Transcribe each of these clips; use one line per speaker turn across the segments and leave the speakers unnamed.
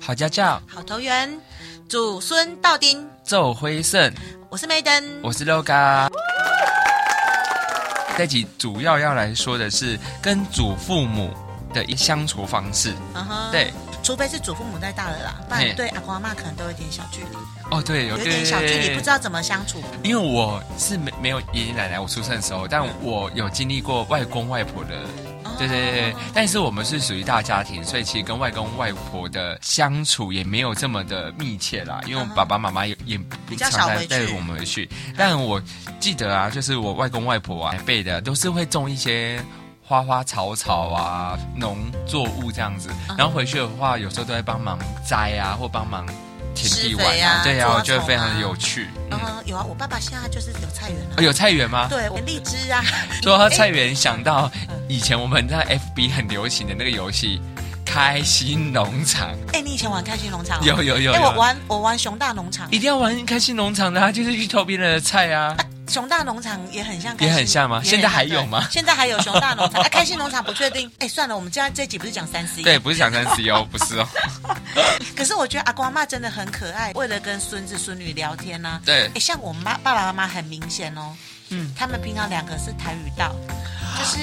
好家教，
好投缘，祖孙到丁。
奏辉盛，
我是梅登，
我是 LOGA。这集主要要来说的是跟祖父母的一相处方式。
嗯哼，
对，
除非是祖父母带大了啦，不然
嘿
对阿公阿妈可能都有点小距离，
哦，对，有
有点小距离，不知道怎么相处。
因为我是没没有爷爷奶奶，我出生的时候，但我有经历过外公外婆的，对对对对
哦。
但是我们是属于大家庭，所以其实跟外公外婆的相处也没有这么的密切啦，因为我爸爸妈妈也也不
比较
常
少
带
回去
带我们回去。但我记得啊，就是我外公外婆啊辈的都是会种一些。花花草草啊，农作物这样子，然后回去的话，有时候都会帮忙摘啊，或帮忙田地
施
玩
肥
啊
啊，
对啊，
抓
我觉得
虫
非常
啊
有趣。嗯
嗯哼，有啊，我爸爸现在就是有菜园了啊
哦，。有菜园吗？
对，我们荔枝啊，
说到菜园，想到
哎
以前我们在 FB 很流行的那个游戏《开心农场
哎、你以前玩开心农场、哦？
有有有
哎、
有
我玩我玩熊大农场》，，
一定要玩开心农场的、啊，就是去偷别人的菜啊。
熊大农场也很像开心，
也很像吗
也很
现在还有吗
对现在还有熊大农 场，啊、开心农场不确定。哎、算了，我们今天这集不是讲三 C，
对，，不是讲三 C 哦，不 是哦，
可是我觉得阿公阿妈真的很可爱，为了跟孙子孙女聊天呐、
对
哎、像我妈爸爸妈妈很明显哦，
嗯
嗯，他们平常两个是台语道，就是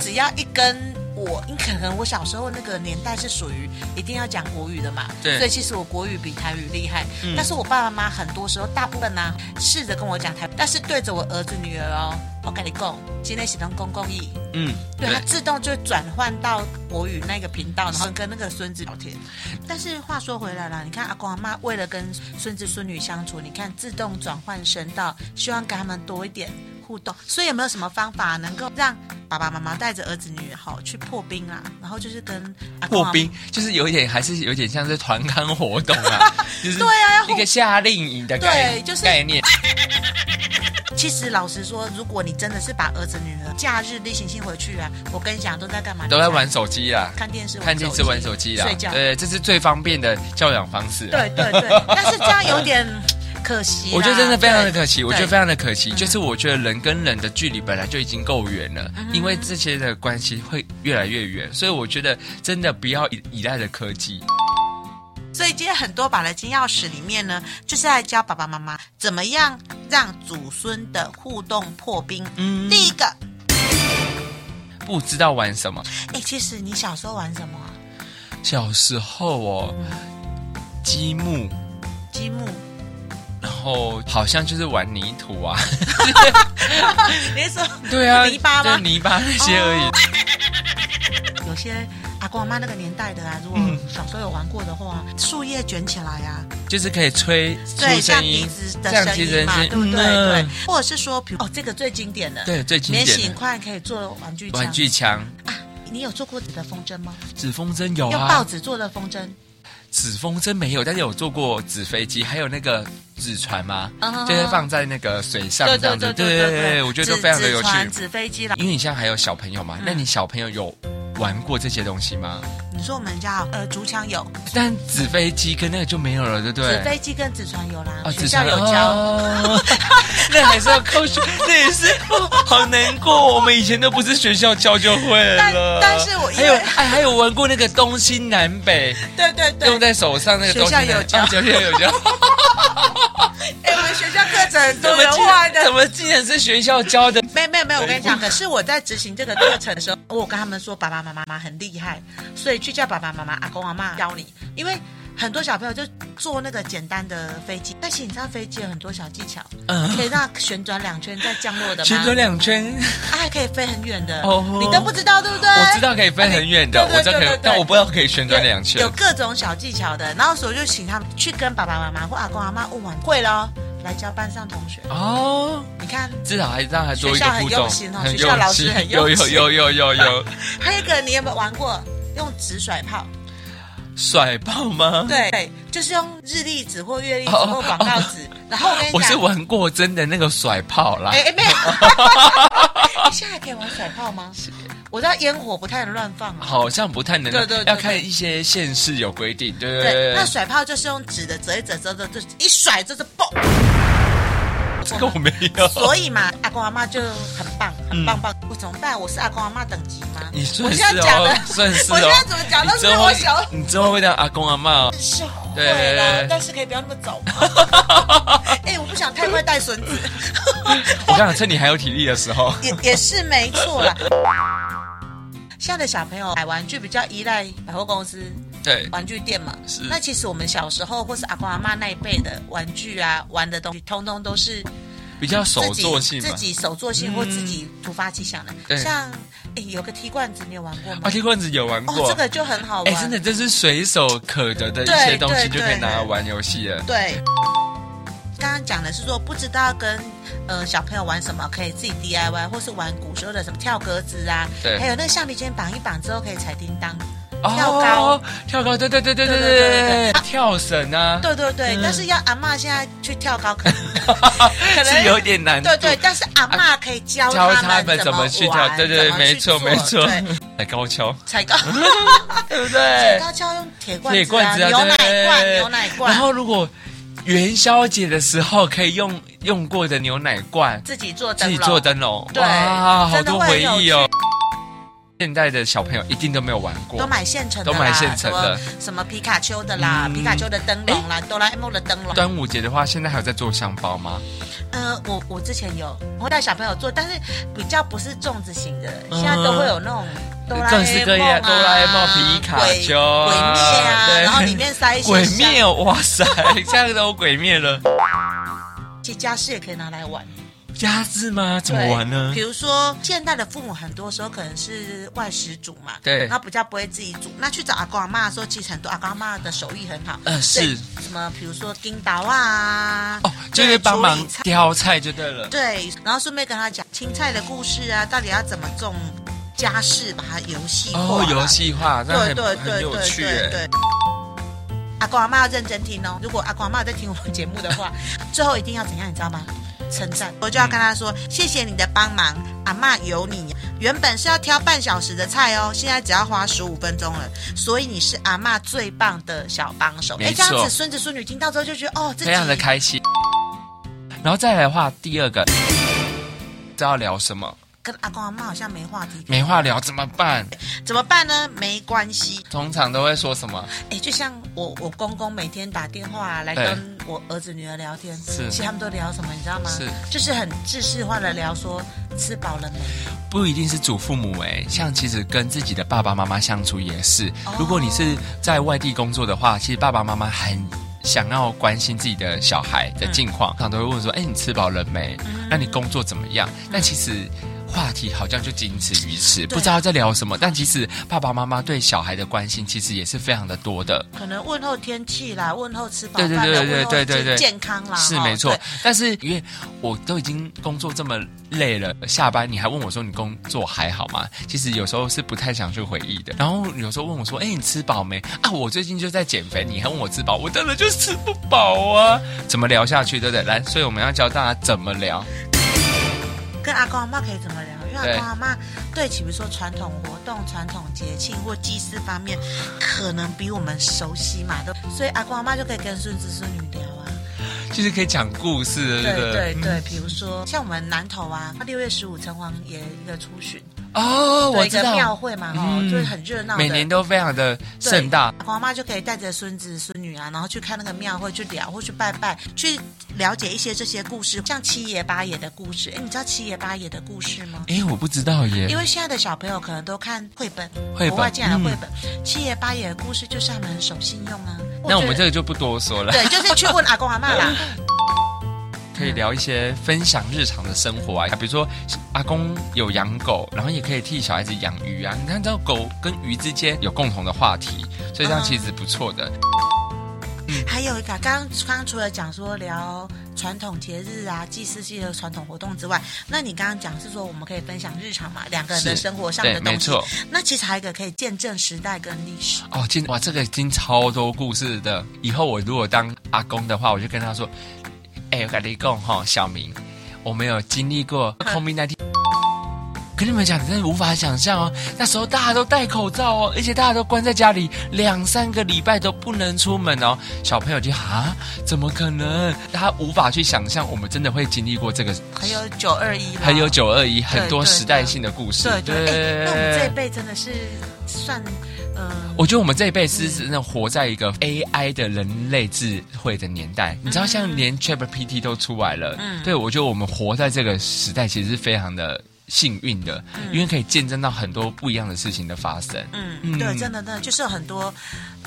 只要一跟我，因可能我小时候那个年代是属于一定要讲国语的嘛，
对
所以其实我国语比台语厉害，
嗯
但是我爸爸妈妈很多时候大部分呢、试着跟我讲台语，但是对着我儿子女儿哦，我跟你讲，今天是当公共义，
嗯，
对，它自动就转换到国语那个频道，然后跟那个孙子聊天。但是话说回来啦，你看阿公阿妈为了跟孙子孙女相处，你看自动转换声道，希望跟他们多一点互动。所以有没有什么方法能够让爸爸妈妈带着儿子女好去破冰啊？然后就是跟阿公阿
破
嬷
冰就是有一点，还是有点像是团康活动啊， 就是
对啊要互
一个夏令营的概
对就是
概念，
其实老实说，如果你真的是把儿子女儿假日例行性回去啊，我跟你讲都在干嘛？
都在玩手机啦，
看电视、
看电视、玩手机啦
睡，觉。
对，这是最方便的教养方式啊。
对对 对，但是这样有点可惜啦。
我觉得真的非常的
对
可惜，我觉得
对
非常的可惜，就是我觉得人跟人的距离本来就已经够远了，因为这些的关系会越来越远，所以我觉得真的不要依依赖着科技。
所以今天很多宝来金钥匙里面呢，就是在教爸爸妈妈怎么样让祖孙的互动破冰。
嗯
第一个，
不知道玩什么，
哎，其实你小时候玩什么啊？
小时候哦，积木，
积木，
然后好像就是玩泥土啊，
你是说
对啊，
泥巴吗哦
对泥巴那些而已。
有些阿公阿妈那个年代的啊，如果
嗯
小时候有玩过的话，树叶卷起来呀、
就是可以吹出
对，像
声
笛
音
子，
这
的
样
声
提
音
神
嘛，
声
对不对？
嗯
对，或者是说，比如哦，这个最经典的，
对最经典
免
的
洗筷可以做玩具枪。
玩具枪、
啊，你有做过纸的风筝吗？
纸风筝有
用报
啊，
纸做的风筝，
纸风筝没有，但是有做过纸飞机，还有那个纸船吗？
嗯哼
就是放在那个水上这样子，对我觉得都
纸
非常的有
纸
趣。
船嗯纸飞机啦。
因为你现在还有小朋友嘛，那你小朋友有玩过这些东西吗？
你说我们家呃竹枪有，
但纸飞机跟那个就没有了，对不对？
纸飞机跟纸船有啦，
啊，
学
纸
校
船
有教。
哦 那还是要靠学，那也是哦好难过。我们以前都不是学校教就会了，
但但是我因
还有
为
哎，还有玩过那个东西南北
对对对，
用在手上那个东西
学校有
南，
教
啊学校有教。
哎，我们学校课程
怎
都
么
有
竟
画
然
的
怎。么竟然是学校教的？
没有没有没有，我跟你讲，可是我在执行这个课程的时候，我有跟他们说爸爸妈妈很厉害，所以去叫爸爸妈妈、阿公阿妈教你，因为很多小朋友就坐那个简单的飞机，但是你知道飞机有很多小技巧，
嗯
可以让它旋转两圈再降落的吗？
旋转两圈。
它还可以飞很远的，
哦
你都不知道对不对？
我知道可以飞很远的，
哎对对
我知道可
对
以
对，
但
对
我不知道可以旋
有
转两圈
有。各种小技巧的。然后所以我就请他们去跟爸爸妈妈或阿公阿妈问完会咯，来教班上同学。
哦，
你看，
至少还让他多一个互
学校很
动，
用心哦学校老师很
有
用
有
心
有有有有
还有一个你有没有玩过用纸甩炮？
甩炮吗？，
对，对就是用日历纸或月历纸
哦
或广告纸。然后我跟你
我是
讲，
玩过真的那个甩炮啦
哎。哎没有， 你现在还可以玩甩炮吗？我知道烟火不太能乱放啊。
好像不太能，
对对对对
要看一些县市有规定，对对
对，
对
那
对。
甩炮就是用纸的折一折折折，就是一甩就是嘣。
这个我没有，
所以嘛，阿公阿妈就很棒，很棒棒。我怎么办？我是阿公阿妈等级吗？
嗯你顺
我
势
现在讲
哦
的，
顺势
我现
哦
在。怎么讲
你
都是
真
我
会
小，
你真会当阿公阿妈、 哦。
是会
对对
啦
对，
但是可以不要那么早 吗？哎、我不想太快带孙子，
我刚好趁你还有体力的时候，
也也是没错啦。现在的小朋友买玩具比较依赖百货公司、
对，
玩具店嘛。
是
那其实我们小时候或是阿公阿妈那一辈的玩具啊、玩的东西，通通都是
比较手
自己
作性
自
嘛。嗯
己手作性或自己突发奇想的。
对
像哎、有个踢罐子，你有玩过吗
啊，？铁棍子有玩
哦，
过
这，个就很好
哎、
玩，
真的，这是随手可得的一
对
些东西
对
就可以
对
拿来玩游戏了。
对。刚刚讲的是说不知道跟呃小朋友玩什么，可以自己 DIY，或是玩古时候的什么跳格子啊，
对
还有那个橡皮筋绑一绑之后可以踩叮当，
哦
跳高，
跳高，对对对对对
对对
对，
对
跳绳啊，
对对对。
嗯
但是要阿嬷现在去跳 高，可能可能
是有点难度。
对对，但是阿嬷可以教
啊教
他
他
们
们
怎
怎么去跳，
玩
对对
怎，么去
没错
做
没错
对，
来高 跷，
踩高
对不
踩
对？
高跷用铁罐
铁罐子
啊，
啊，
牛奶
对
罐牛奶罐，
然后如果元宵节的时候可以用用过的牛奶罐，
自己做
自
灯
己
笼
做灯笼，
对
哇，好
真的
多
会
回
有
忆哦。现在的小朋友一定都没有玩
都
过，
买现成的
都
啦，
买现成的
什么什么皮卡丘的啦，
嗯
皮卡丘的灯笼啦，哆啦 A 梦的灯笼。
端午节的话，现在还有在做香包吗？
呃，我我之前有，我会带小朋友做，但是比较不是粽子型的，
嗯
现在都会有那种哆啦 A
各
梦
式各样
啊
哆啦 A 梦皮卡丘啊
鬼鬼灭啊，
对
然后里面塞一些
鬼灭哦，哇塞， 现在都有鬼灭了。
香，其实家事也可以拿来玩。
家字吗？怎么
对
玩呢
比？如说，现代的父母很多时候可能是外食煮嘛，
对
然后比较不会自己煮。那去找阿公阿妈的时候，其实很多阿公阿妈的手艺很好，
呃是
对什么，比如说叮刀啊，
哦，就是
对
帮
处理
忙
菜
挑菜就对了。
对，然后顺便跟他讲青菜的故事啊，到底要怎么种家事，把它游戏化、啊
哦，游，戏化，那
对
很
对
很
对
有
对
趣
对
哎。
对。阿公阿妈要认真听哦，如果阿公阿妈在听我们节目的话，最后一定要怎样，你知道吗？称赞，我就要跟他说、
嗯
谢谢你的帮忙，阿妈有你。原本是要挑半小时的菜哦，现在只要花十五分钟了，所以你是阿妈最棒的小帮手。
没
哎，这样
错
子孙子孙女听到之后就觉得哦，自己
非常的开心。然后再来的话，第二个，知道聊什么，
跟阿公阿妈好像没话题，
没话聊怎么办？
怎么办呢？没关系，
通常都会说什么？
哎，就像我我公公每天打电话来
对
跟我儿子女儿聊天，
哎是
其实他们都聊什么，你知道吗？
是
就是很制式化的聊说吃饱了没，
不一定是祖父母哎，像其实跟自己的爸爸妈妈相处也是
哦。
如果你是在外地工作的话，其实爸爸妈妈很想要关心自己的小孩的近况，常常都会问说：“哎，你吃饱了没？那你工作怎么样？”但其实。话题好像就仅此于此，不知道在聊什么。但其实爸爸妈妈对小孩的关心，其实也是非常的多的。
可能问候天气啦，问候吃饱
对
饭
对
啦，
对对
问候
对对对
健康啦，
是
哦
没错
对，
但是因为我都已经工作这么累了，下班你还问我说你工作还好吗？其实有时候是不太想去回忆的。然后有时候问我说，哎、你吃饱没？啊，我最近就在减肥，你还问我吃饱，我当然就是吃不饱啊，怎么聊下去，对不对？来，所以我们要教大家怎么聊，
跟阿公阿妈可以怎么聊？因为
对
阿公阿妈对，比如说传统活动、传统节庆或祭祀方面，可能比我们熟悉嘛，都所以阿公阿妈就可以跟孙子孙女聊啊。
就是可以讲故事，对不嗯
对
对？
对对，比如说像我们南投啊，六月十五城隍爷一个出巡，
哦，
对
我
一
知
个庙
道，
会嘛，哈、
嗯
就是很热闹的。
每年都非常的
对
盛大。，
阿公阿妈就可以带着孙子孙女啊，然后去看那个庙会，去聊或去拜拜，去了解一些这些故事，像七爷八爷的故事。哎，你知道七爷八爷的故事吗？
哎，我不知道耶，
因为现在的小朋友可能都看绘本，
绘本
国外进来的绘本，七爷八爷的故事就是他们很守信用啊。
那我们
觉
这
得
个就不多说了。
对，就是去问阿公阿妈啦。
可以聊一些分享日常的生活啊，
嗯
比如说阿公有养狗，然后也可以替小孩子养鱼啊。你看到狗跟鱼之间有共同的话题，所以这样
嗯
其实不错的。
还有一个，刚刚刚除了讲说聊传统节日啊、祭祀系的传统活动之外，那你刚刚讲是说我们可以分享日常嘛，两个人的
是
生活上
对，
的
没
东西。
错。
那其实还有一个可以见证时代跟历史。
哦，今哇，这个已经超多故事的。以后我如果当阿公的话，我就跟他说：“ 哎、我跟你讲哈，小明，我们有经历过 COVID 1 9跟你们讲，你真的无法想象哦，那时候大家都戴口罩哦，而且大家都关在家里两三个礼拜都不能出门哦，小朋友就啊，怎么可能？他无法去想象我们真的会经历过这个，
还有九二一，
还有九二一，很多
对对
时代性的故事。
对对，哎，那我们这一辈真的是算，嗯，
我觉得我们这一辈是真的活在一个 AI 的人类智慧的年代。你知道，像连 ChatGPT 都出来了，对我觉得我们活在这个时代，其实是非常的幸运的，因为可以见证到很多不一样的事情的发生。
嗯，对，真的，真的就是有很多，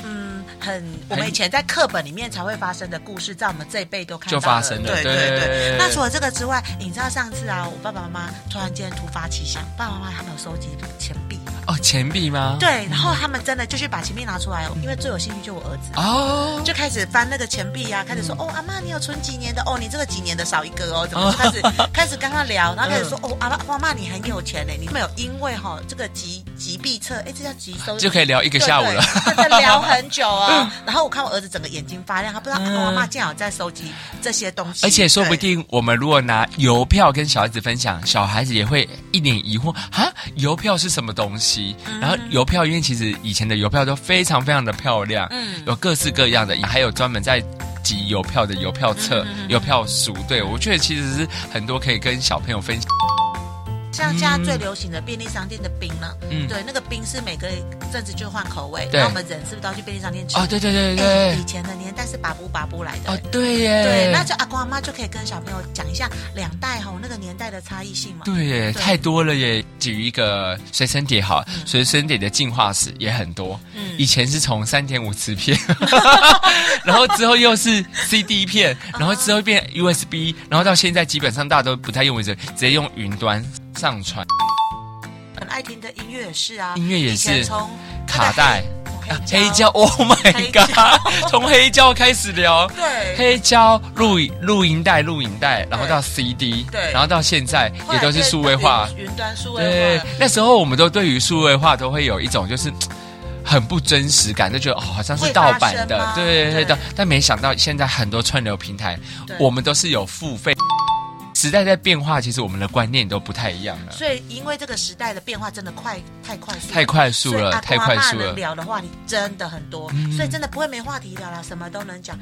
嗯，很我们以前在课本里面才会发生的故事，在我们这一辈都看到
就发生了
对
对
对。那除了这个之外，你知道上次啊，我爸爸妈妈突然间突发奇想，爸爸妈妈他们有收集钱币，
哦，钱币吗？
对，然后他们真的就去把钱币拿出来，因为最有兴趣就我儿子。
哦，
就开始翻那个钱币啊，开始
嗯
说哦，阿妈你有存几年的哦，你这个几年的少一个哦，怎么 开始开始跟他聊，然后开始说
嗯
哦，阿妈阿妈你很有钱呢，你没有因为哈、这个集集币册，哎，这叫集收
就可以聊一
一
个下午了。
真的聊很久 哦。然后我看我儿子整个眼睛发亮，他不知道
嗯
我阿妈竟然有在收集这些东西，
而且说不
对
定我们如果拿邮票跟小孩子分享，小孩子也会一脸疑惑啊，邮票是什么东西？然后邮票因为其实以前的邮票都非常非常的漂亮，
嗯
有各式各样的，还有专门在。集邮票的邮票
嗯
册、邮票书，对我觉得其实是很多可以跟小朋友分享。
像现在最流行的便利商店的冰呢，
嗯
对，那个冰是每个阵子就换口味，
对
那我们人是不是都要去便利商店吃？
哦，对对对对
哎
对
以，前的年代是把布把布来的
哦。对耶，
对，那就阿公阿妈就可以跟小朋友讲一下两代吼那个年代的差异性嘛。
对耶，
对
太多了耶！举一个随身碟好，随身碟的进化史也很多。
嗯
以前是从三点五磁 片，然后之后又是 CD 片，然后之后变 USB，然后到现在基本上大家都不太用 USB，直接用云端上传。
很爱听的音乐也是啊，
音乐也是
以前从
卡带
那个黑
黑
黑胶，
胶，Oh my
黑胶
god！从黑胶开始聊，
对，
黑胶录影录音带、录影带，然后到 CD，
对
然后到现在也都是数位化
后来。就云云端数位
对
化，，
那时候我们都对于数位化都会有一种就是嘖很不真实感，就觉得哦好像是盗版
会发生
的
吗，
对对
对
对。但没想到现在很多串流平台
对，
我们都是有付费。时代在变化，其实我们的观念都不太一样了，
所以因为这个时代的变化真的快太快速了，
太快速
所以啊
了，
阿
太
公阿
快
嬷
速
能
了。嗯
聊的话题真的很多，所以真的不会没话题聊了，什么都能讲。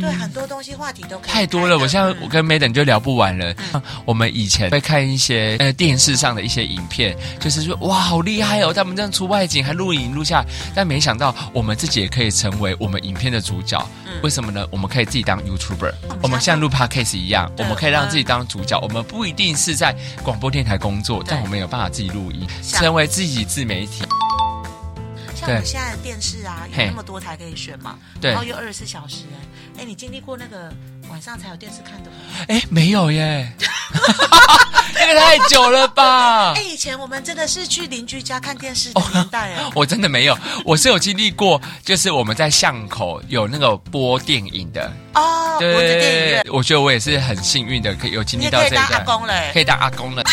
对，很多东西话题都可以
太多了，
开的
我现在我跟 Maden 就聊不完了。
嗯
我们以前会看一些呃电视上的一些影片，就是说哇好厉害哦，他们这样出外景还录影录下来，但没想到我们自己也可以成为我们影片的主角。为什么呢？我们可以自己当 YouTuber，我
我
们
们
像
像
录 Podcast 一样，我
对
们可以让自己当主角。我们不一定是在广播电台工作，
对
但我们有办法自己录音，
像
成为自己自媒体。
像我们
对
现在的电视啊，有
嘿
那么多台可以选嘛，
对
然后又二十四小时、哎，哎，你经历过那个晚上才有电视看的吗？
哎，没有耶， 那个太久了吧
哎、？以前我们真的是去邻居家看电视的年代、哎、
我真的没有，我是有经历过，就是我们在巷口有那个播电影的，
哦，我的电影院，
我觉得我也是很幸运的，可以有经
你
历
也
到
可以
这一
当阿
段，
公嘞、
可以当阿公 了。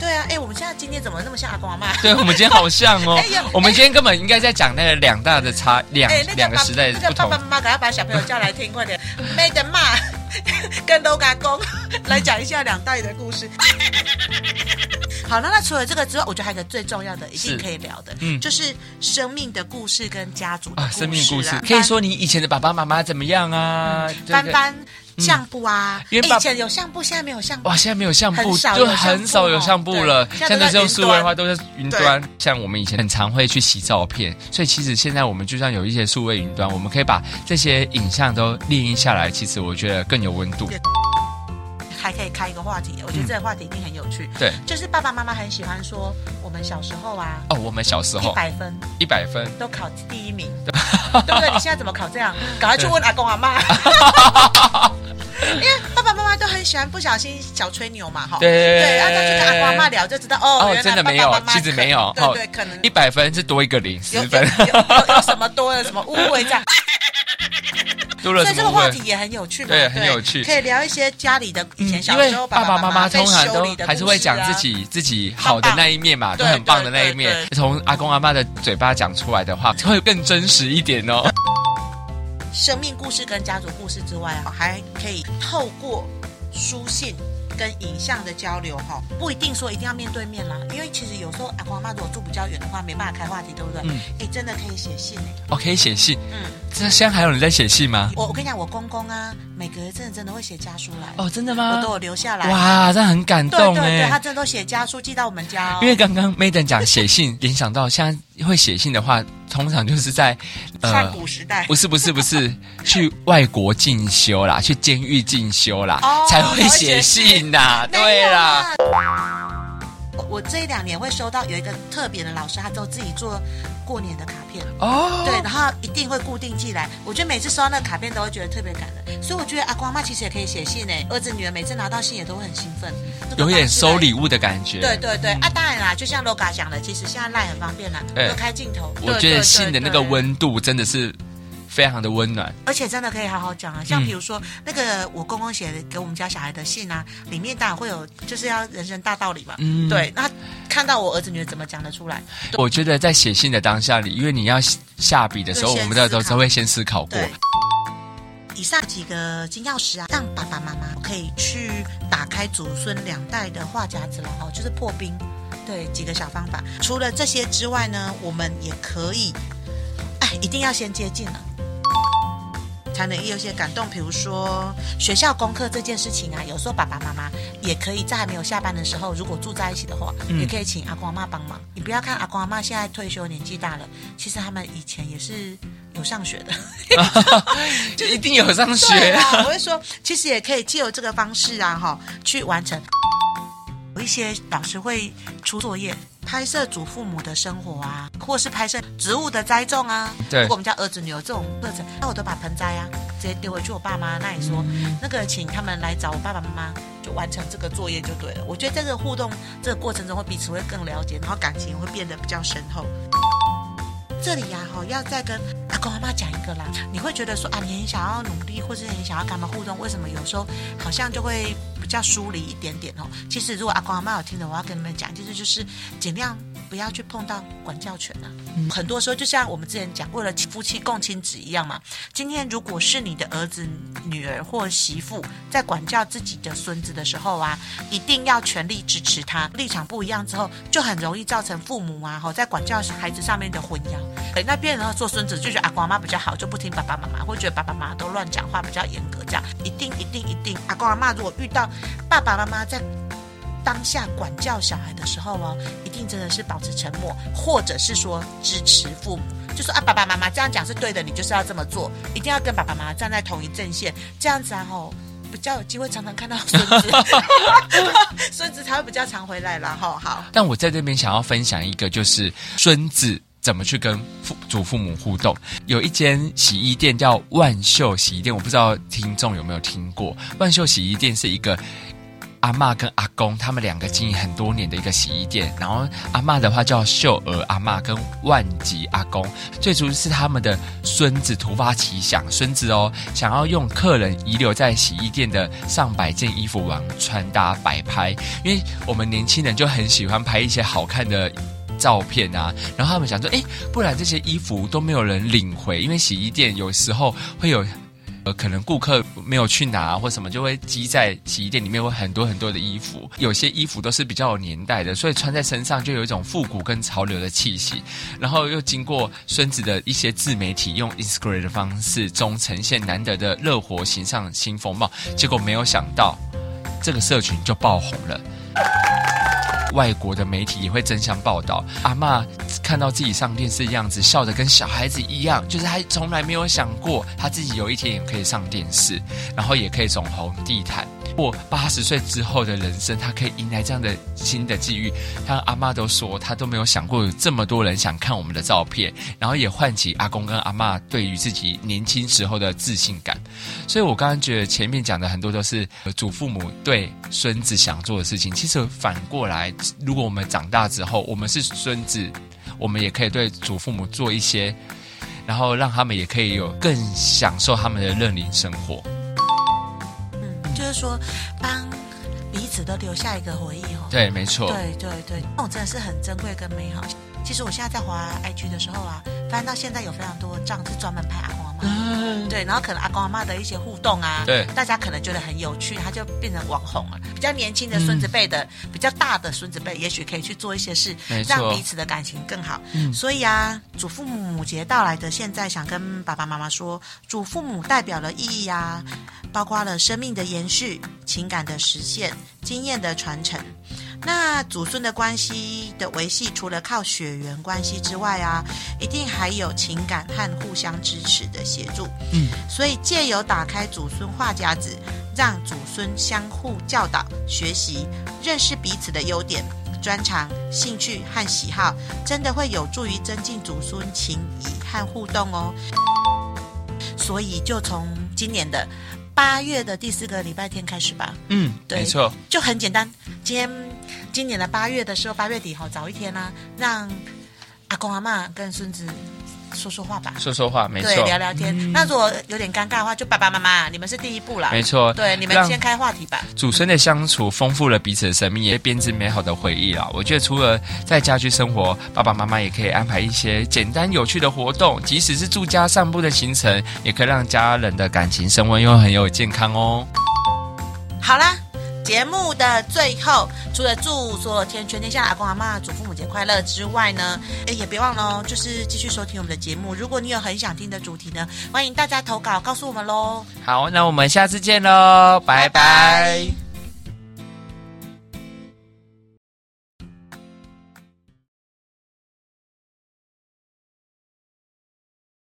对啊，哎、我们现在今天怎么那么像阿公阿妈？
对，我们今天好像哦
哎呀，
我们今天根本应该在讲那个两大的差，两
哎、那个
两个
爸
时代的
那
不
个爸
同
爸。妈妈赶快把小朋友叫来听，快点，妹的骂，跟 l o g 公 来讲一下两代的故事。 好了，那除了这个之外，我觉得还有一个最重要的，一定
是
可以聊的，
嗯
就是生命的故事跟家族的
啊，生命故事
啊嗯
可以说你以前的爸爸妈妈怎么样啊？对
翻
不对
翻相簿啊，
嗯因为
哎
爸哦
以前有相簿，现在没有相簿
哇，。现在没有相簿
很，少
就
有相
很少
簿
有
哦
相簿了。
对
现
现
在都是
在都在
用
云
数位
端
化，都是云端。像我们以前很常会去洗照片，所以其实现在我们就算有一些数位云端，我们可以把这些影像都列印下来，其实我觉得更有温度。
还可以开一个话题，我觉得这个话题一定很有趣。
对，
就是爸爸妈妈很喜欢说，我们小时候啊，
哦，我们小时
一
候
百分
一百分，
都考第一名，对不对？你现在怎么考这样？赶快去问阿公阿 妈。因为爸爸妈妈都很喜欢不小心小吹牛嘛，哈。
对
对，然后再去跟阿公阿妈聊，就知道哦，
哦
原来
真的
爸
没有
爸妈妈
其实
可
没有
对
哦
对，可能
一百分是多一个零，十
有有
分
有有有什么多了什么误会这样。
多了
所以
什
这个
么
话
问
题？也很有趣嘛，
对很有趣嗯
可以聊一些家里的以前小
因为
时候
爸妈
爸妈
妈通常
被修
都
理的故事啊
还是会讲自己自己好的那一面嘛，都
对
很棒的那一
对
面
对。
从阿公阿妈的嘴巴讲出来的话，会更真实一点哦。
生命故事跟家族故事之外啊，还可以透过书信跟影像的交流哈，不一定说一定要面对面啦，因为其实有时候阿公阿妈如果住比较远的话，没办法开话题，对不对？
嗯
哎，真的可以写信哎。
哦，可以写信。
嗯，
这现在还有人在写信吗？
我我跟你讲，我公公啊，每隔一阵真的会写家书来，
哦，真的
我
吗
都？有留下来。
哇，这很感
对
动
对对，他
哎。
真的都写家书寄到我们家哦。
因为刚刚 Maiden 讲写信，联想到现在会写信的话，通常就是在呃
上古时代
不是不是不 是，去外国进修啦，去监狱进修啦，
哦
才会写信呐。
没
对
有
啦，
啊。我我这一两年会收到有一个特别的老师，他都自己做过年的卡片，
哦，
对，然后一定会固定寄来。我觉得每次收到那个卡片都会觉得特别感人，所以我觉得阿公阿妈其实也可以写信呢。欸儿子女儿每次拿到信也都会很兴奋，这个
有点
方式来
收礼物的感觉。
对对对，啊，当然啦，就像 LOGA 讲的，其实现在赖很方便啦，
哎
都开镜头。
我
对
觉
对
得
对
信的那个
对
温度真的是非常的温暖。
而且真的可以好好讲啊，
嗯
像比如说、那个我公公写的给我们家小孩的信啊，里面当然会有就是要人生大道理嘛。
嗯
对，那看到我儿子女儿怎么讲得出来？
我觉得在写信的当下里，因为你要下笔的时候，
对
我
先
们都
思
都
考
都会先思考过
对。以上几个金钥匙啊，让爸爸妈妈可以去打开祖孙两代的话匣子了哦，就是破冰。对，几个小方法。除了这些之外呢，我们也可以，哎，一定要先接近了。才能有一些感动，比如说学校功课这件事情啊，有时候爸爸妈妈也可以在还没有下班的时候，如果住在一起的话，
嗯
也可以请阿公阿妈帮忙。你不要看阿公阿妈现在退休年纪大了，其实他们以前也是有上学的。
就一定有上
对啊
学。啊
啦，我会说，其实也可以借由这个方式啊，哈，去完成。有一些老师会出作业，拍摄祖父母的生活啊，或是拍摄植物的栽种啊。
对
如果我们家儿子女儿这种课程，那我都把盆栽啊直接丢回去我爸妈那里说，那个请他们来找我爸爸妈妈，就完成这个作业就对了。我觉得在这个互动这个过程中，会彼此会更了解，然后感情会变得比较深厚。这里呀、哈、要再跟阿公阿妈讲一个啦。你会觉得说啊，你很想要努力，或是很想要跟他们互动，为什么有时候好像就会比较疏离一点点哦？其实如果阿公阿妈有听的，我要跟你们讲，就是就是尽量不要去碰到管教权啊。很多时候就像我们之前讲，为了夫妻共亲子一样嘛。今天如果是你的儿子、女儿或媳妇在管教自己的孙子的时候啊，一定要全力支持他。立场不一样之后，就很容易造成父母啊，吼在管教孩子上面的混淆。哎，那变成做孙子就觉得阿公阿妈比较好，就不听爸爸妈妈，会觉得爸爸妈妈都乱讲话，比较严格这样。一定一定一定，阿公阿妈如果遇到爸爸妈妈在当下管教小孩的时候哦，一定真的是保持沉默，或者是说支持父母，就说啊，爸爸妈妈这样讲是对的，你就是要这么做，一定要跟爸爸妈妈站在同一阵线，这样子啊吼。比较有机会常常看到孙子， 孙子才会比较常回来啦。吼，好，
但我在这边想要分享一个，就是孙子怎么去跟父祖父母互动。有一间洗衣店叫万秀洗衣店，我不知道听众有没有听过。万秀洗衣店是一个。阿嬷跟阿公他们两个经营很多年的一个洗衣店，然后阿嬷的话叫秀娥阿嬷跟万吉阿公，最初是他们的孙子突发奇想，孙子哦想要用客人遗留在洗衣店的上百件衣服往穿搭摆拍，因为我们年轻人就很喜欢拍一些好看的。照片啊，然后他们想说，哎，不然这些衣服都没有人领回，因为洗衣店有时候会有，呃，可能顾客没有去拿或什么，就会积在洗衣店里面，会很多很多的衣服，有些衣服都是比较有年代的，所以穿在身上就有一种复古跟潮流的气息。然后又经过孙子的一些自媒体用 Instagram 的方式中呈现难得的热火形象新风貌，结果没有想到这个社群就爆红了。外国的媒体也会争相报道。阿嬷看到自己上电视的样子，笑得跟小孩子一样，就是她从来没有想过她自己有一天也可以上电视，然后也可以走红地毯。过八十岁之后的人生，她可以迎来这样的新的际遇。她阿嬷都说，她都没有想过有这么多人想看我们的照片，然后也唤起阿公跟阿嬷对于自己年轻时候的自信感。所以我刚刚觉得前面讲的很多都是呃祖父母对孙子想做的事情，其实反过来，如果我们长大之后，我们是孙子，我们也可以对祖父母做一些，然后让他们也可以有更享受他们的认领生活。
嗯，就是说帮彼此都留下一个回忆哦。
对，没错，
对对对，那种真的是很珍贵跟美好。其实我现在在滑 IG 的时候啊，翻到现在有非常多账是专门拍阿公阿妈，
嗯，
对，然后可能阿公阿妈的一些互动啊，
对
大家可能觉得很有趣，他就变成网红了。比较年轻的孙子辈的，比较大的孙子辈，也许可以去做一些事
没，错
让彼此的感情更好。
嗯
所以啊，祖父母节到来的现在，想跟爸爸妈妈说，祖父母代表了意义啊，包括了生命的延续、情感的实现、经验的传承。那祖孙的关系的维系，除了靠血缘关系之外啊，一定还有情感和互相支持的协助。
嗯，
所以借由打开祖孙话匣子，让祖孙相互教导、学习、认识彼此的优点、专长、兴趣和喜好，真的会有助于增进祖孙情谊和互动哦。所以就从今年的八月的第四个礼拜天开始吧。
嗯，
对
没错，
就很简单。今天今年的八月的时候，八月底好早一天啦、让阿公阿妈跟孙子说说话吧，
说说话，没
对，
错，
聊聊天。那如果有点尴尬的话，就爸爸妈妈，你们是第一步啦，
没错，
对，你们
让
先开话题吧。
祖孙的相处丰富了彼此的生命，也编织美好的回忆啦。我觉得除了在家居生活，爸爸妈妈也可以安排一些简单有趣的活动，即使是住家散步的行程，也可以让家人的感情升温又很有健康哦。
好啦。节目的最后，除了祝所有天全天下的阿公阿妈祖父母节快乐之外呢，诶也别忘了哦，就是继续收听我们的节目。如果你有很想听的主题呢，欢迎大家投稿告诉我们喽。
好，那我们下次见喽，拜拜